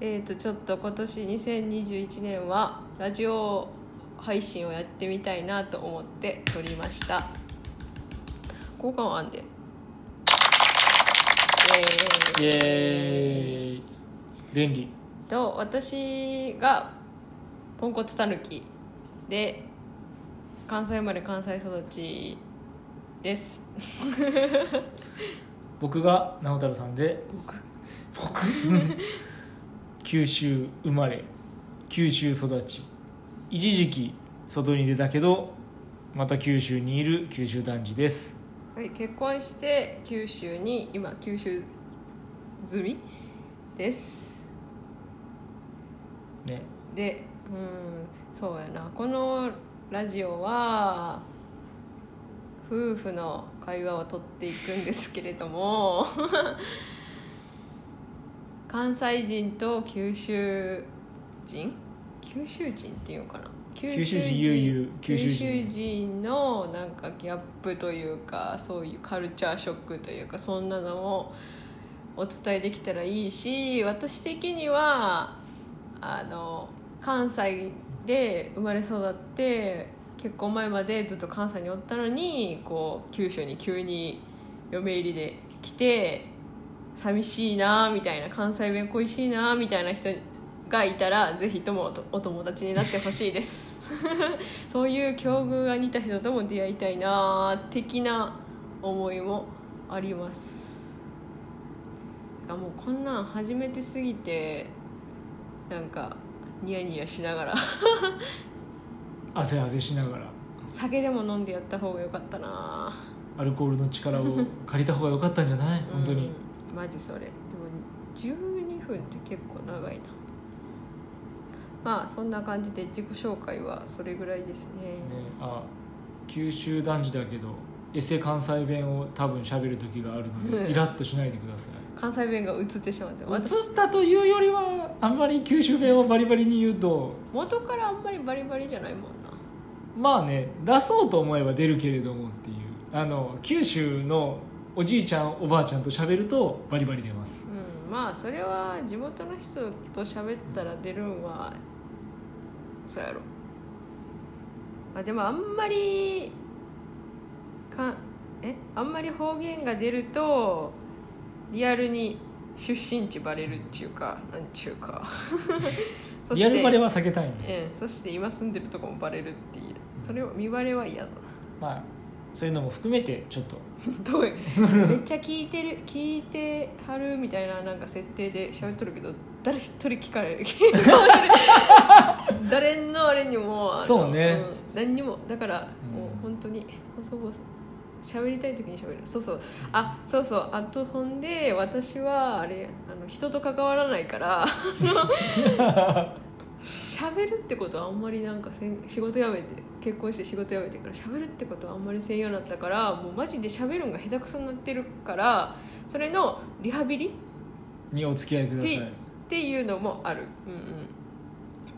えー、とちょっと今年2021年はラジオ配信をやってみたいなと思って撮りました交換音あんでイエーイ便利と私がポンコツたぬきで関西生まれ関西育ちです僕が直太朗さんで僕僕 九州生まれ九州育ち一時期外に出たけどまた九州にいる九州男児ですはい、結婚して九州に今九州済みですねでうんそうやなこのラジオは夫婦の会話を取っていくんですけれども関西人と九州人九州人っていうのかな九州人悠々九九州州人人のなんかギャップというかそういうカルチャーショックというかそんなのもお伝えできたらいいし私的にはあの関西で生まれ育って結婚前までずっと関西におったのにこう九州に急に嫁入りで来て寂しいなみたいな関西弁恋しいなみたいな人がいたらぜひともおとお友達になってほしいです そういう境遇が似た人とも出会いたいな的な思いもありますあもうこんなん初めてすぎてなんかニヤニヤしながら汗汗しながら酒でも飲んでやった方が良かったなアルコールの 力を借りた方が良かったんじゃない本当に、うんマジそれでも12分って結構長いなまあそんな感じで自己紹介はそれぐらいですねね、あ九州男児だけどエセ関西弁を多分喋る時があるのうんでイラッとしないでください関西弁が映ってしまって私映ったというよりはあんまり九州弁をバリバリに言うと元からあんまりバリバリじゃないもんなまあね出そうと思えば出るけれどもっていうあの九州のおじいちゃんおばあちゃんと喋るとバリバリ出ますうんまあそれは地元の人と喋ったら出るんはそうやろ、まあ、でもあんまりかえあんまり方言が出るとリアルに出身地バレるっちゅうかなんちゅうかそリアルバレは、は避けたいんで、ええそして今住んでるとこもバレるっていうそれを見バレは嫌だなまあそういうのも含めてちょっとどういめっちゃ聞いてる聞いてはるみたいななんか設定で喋っとるけど誰一人聞かれ る誰のあれにもあのそうねうん何にもだから、うんもう本当に細々喋りたい時に喋るそうそうあそうそうあとほんで私はあれあの人と関わらないからあの喋るってことはあんまりなんかせん仕事辞めて結婚して仕事辞めてから喋るってことはあんまりせんようになったからもうマジで喋るんが下手くそになってるからそれのリハビリにお付き合いくださでいっていうのもあるうんうん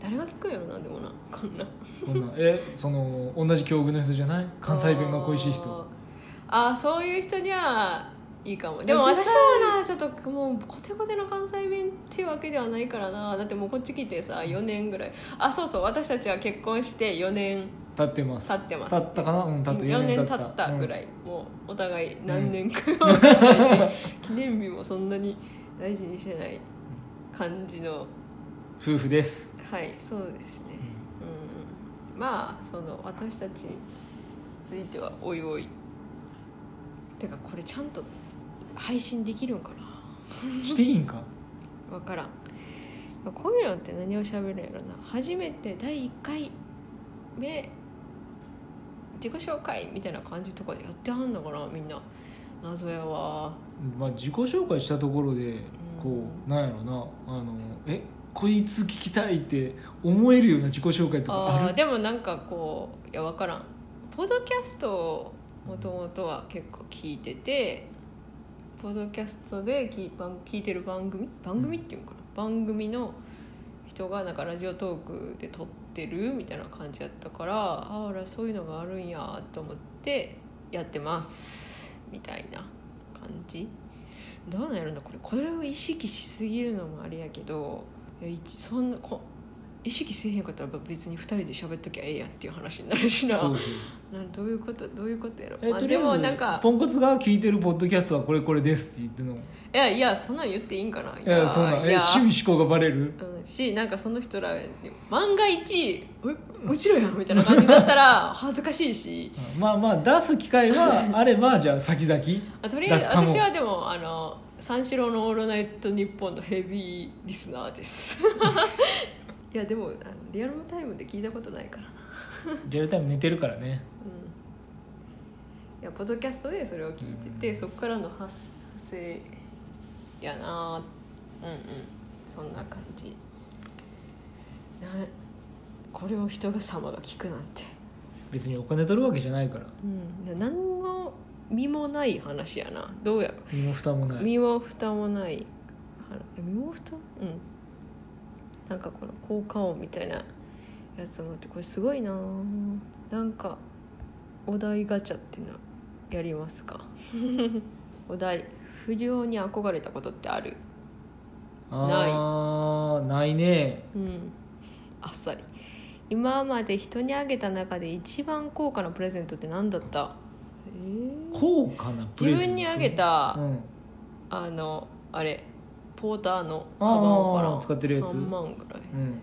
誰が聞くんやろなんでもなこんなこんなえその同じ境遇の人じゃない関西弁が恋しい人あーあーそういう人にはいいかもでも実私際はなちょっともうコテコテの関西弁ってわけではないからなだってもうこっち来てさ4年ぐらいあそうそう私たちは結婚して4年立ってます立ってます立ったかなうん立った4 4年年経経っったたぐらい、い、もうお互い何年か分かんないし、記念日もそんなに大事にしてない感じのうん夫婦です、はいそうですねううんんまあその私たちについてはおいおいてかこれちゃんと配信できるんかしていいんかな分からんこういうのって何を喋るんやろな初めて第1回目自己紹介みたいな感じとかでやってはんのかなみんな謎やわまあ、自己紹介したところでこうなんやろなあのえこいつ聞きたいって思えるような自己紹介とかああーるでもなんかこういや分からんポッドキャストをもともとは結構聞いててポッドキャストで聞い番聞いてる番組番組っていうのかな、番組の人がなんかラジオトークで撮ってるみたいな感じやったからああらそういうのがあるんやと思ってやってますみたいな感じどうなんやるんだこれこれを意識しすぎるのもあれやけどいやいちそんなこ意識せえへんかったら別に2人で喋っときゃええやんっていう話になるしなそうです なんどういうことどういうことやろ、えまあ、とりであえずもなんかポンコツが聞いてるポッドキャストはこれこれですって言ってんのいやいやそんなん言っていいんかないいやそんなんえいや趣味思考がバレるうん、しなんかその人らに万が一えうちらやんみたいな感じだったら恥ずかしいしうんまあまあ出す機会はあればじゃあ先々あとりあえず出すかも私はでもあの三四郎の「オールナイトニッポン」のヘビーリスナーです いやでもあのリアルタイムで聞いたことないからなリアルタイム寝てるからねうんいやポッドキャストでそれを聞いてて、そこからの発発生やなうんうんそんな感じなこれを人が様が聞くなんて別にお金取るわけじゃないからうん、何の身もない話やなどうやろ、身も蓋もない身も蓋もないは身も蓋うんなんかこの効果音みたいなやつもあってこれすごいななんかお題ガチャっていうのやります かお題不良に憧れたことってあるああないねうんあっさり今まで人にあげた中で一番高価なプレゼントって何だったえー高価なプレ自ゼント分にあげた、うんあのあれポーターのカバンかあーら使ってるやつ3万ぐらい、うん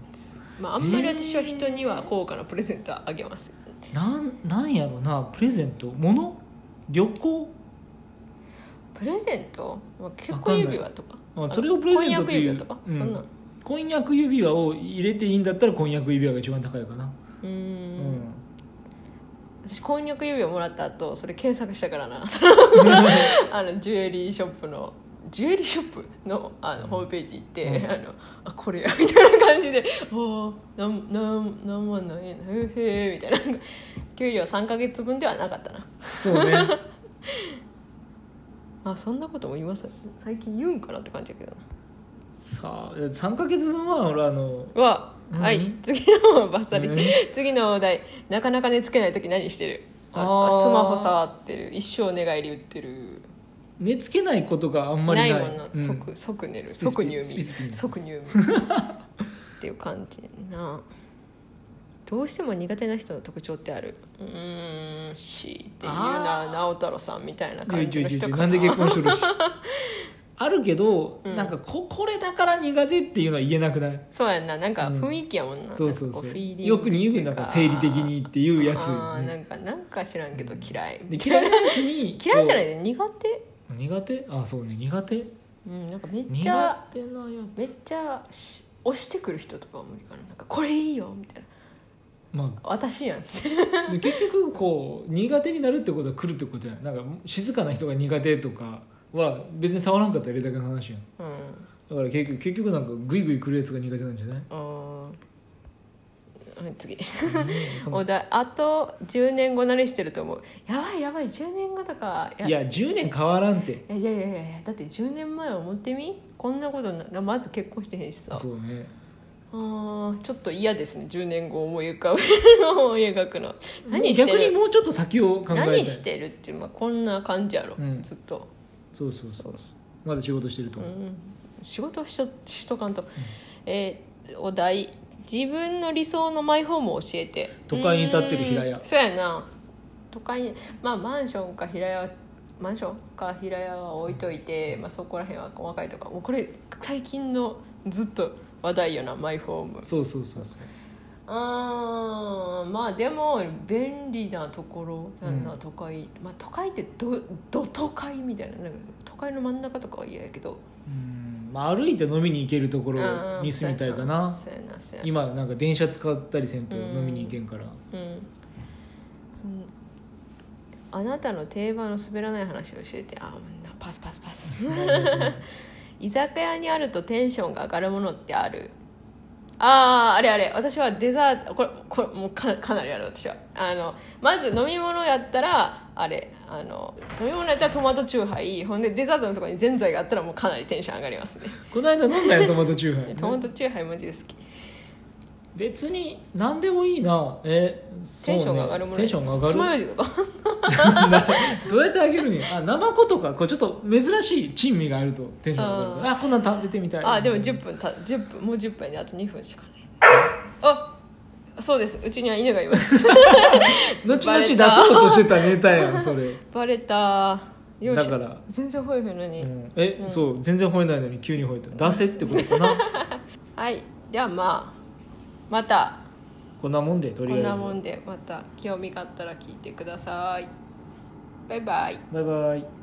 まあ、あんまり私は人には高価なプレゼントはあげます、なんなんやろなプレゼント物旅行プレゼント、まあ、結わかん婚ない指輪とかあそれをプレゼントっていう婚約指輪とか、そんなんうん、婚約指輪を入れていいんだったら婚約指輪が一番高いかなうーうんん、私婚約指輪もらった後それ検索したからな あのジュエリーショップのジュエリーショップのあのホームページ行って、うんあのあこれやみたいな感じで 「おーなんなんなん万なんやなへえ」みたいななんか給料3か月分ではなかったな そうねあそんなことも言います最近言うんかなって感じだけどさあ3か月分は俺あのなわうんはい次のバッサリ、うん次のお題なかなか寝つけない時何してるああースマホ触ってる一生寝返り打ってる寝つけないことがあんまりないもんな、うん即即寝るスピスピ即入スピスピ眠です即入 眠っていう感じなどうしても苦手な人の特徴ってあるうーんしっていうあなー直太朗さんみたいないや感いやじいのやい人かやななんで結婚しと るしあるけど、うんなんかここれだから苦手っていうのは言えなくないそうやんななんかうん雰囲気やもんな、そうそなうんかこそうフうィーリングよくに言うっていんかだから生理的にっていうやつ、あーなねんかなんか知らんけど嫌い、で嫌いなやつに嫌いじゃないい苦手苦手あそうね苦手うんなんかめっ苦手ちなゃやつめっちゃし押してくる人とかは無理かななんかこれいいよみたいなま私やんあ、 で結局こう苦手になるってことは来るってことやなんか静かな人が苦手とかは別に触らんかったら入れだけの話やんうんだから結局結局なんかグイグイ来るやつが苦手なんじゃないあーはい次うんお題あと10年後何してると思うやばいやばい10年後とかいや10年変わらんっていやいやいやいやだって10年前を思ってみこんなことなまず結婚してへんしさそうねあーちょっと嫌ですね10年後思い浮かべるのを思い描くの何して逆にるもうちょっと先を考えたい何してるって、まあ、こんな感じやろ、うんずっと、そうそうそうまだ仕事してるとう思う、ん、仕事はしとしとかんと、えーお題自分の理想のマイホームを教えて都会に立ってる平屋うんそうやな都会にまあマンションか平屋マンションか平屋は置いといて、まあ、そこら辺は細かいとかもうこれ最近のずっと話題よなマイホームそうそうそうそうあーまあでも便利なところやんな、うん都会、まあ、都会ってどど都会みたいななんか都会の真ん中とかは嫌やけどうんまあ歩いて飲みに行けるところに住みたいかうんなそうやなそうやな今なんか電車使ったりせんと飲みに行けんから、うんそのあなたの定番の滑らない話を教えてあなパスパスパス居酒屋にあるとテンションが上がるものってあるあああれあれ私はデザートこれこれもうかかなりある私はあのまず飲み物やったらあれあの飲み物やったらトマトチューハイほんでデザートのところにぜんざいがあったらもうかなりテンション上がりますね この間飲んだよトマトチューハイ、トマトチューハイマジで好き別に何でもいいなえそテうねンションが上がるものテンションが上がるつまようじとか どうやってあげるんやあ生子とかこうちょっと珍しい珍味があるとテンションが上がるあこんなん食べてみたいあでも10分た10分もう10分であと2分しかないあそうですうちには犬がいます 後々出そうとしてたネタや んそれ、バレたよしだから全然吠えへんのに、うんえ、うんそう全然吠えないのに急に吠えた出せってことかな はいではまあまたこんなもんでとこりあえんずなもんでまた興味があったら聞いてくださいバイバイバイバイ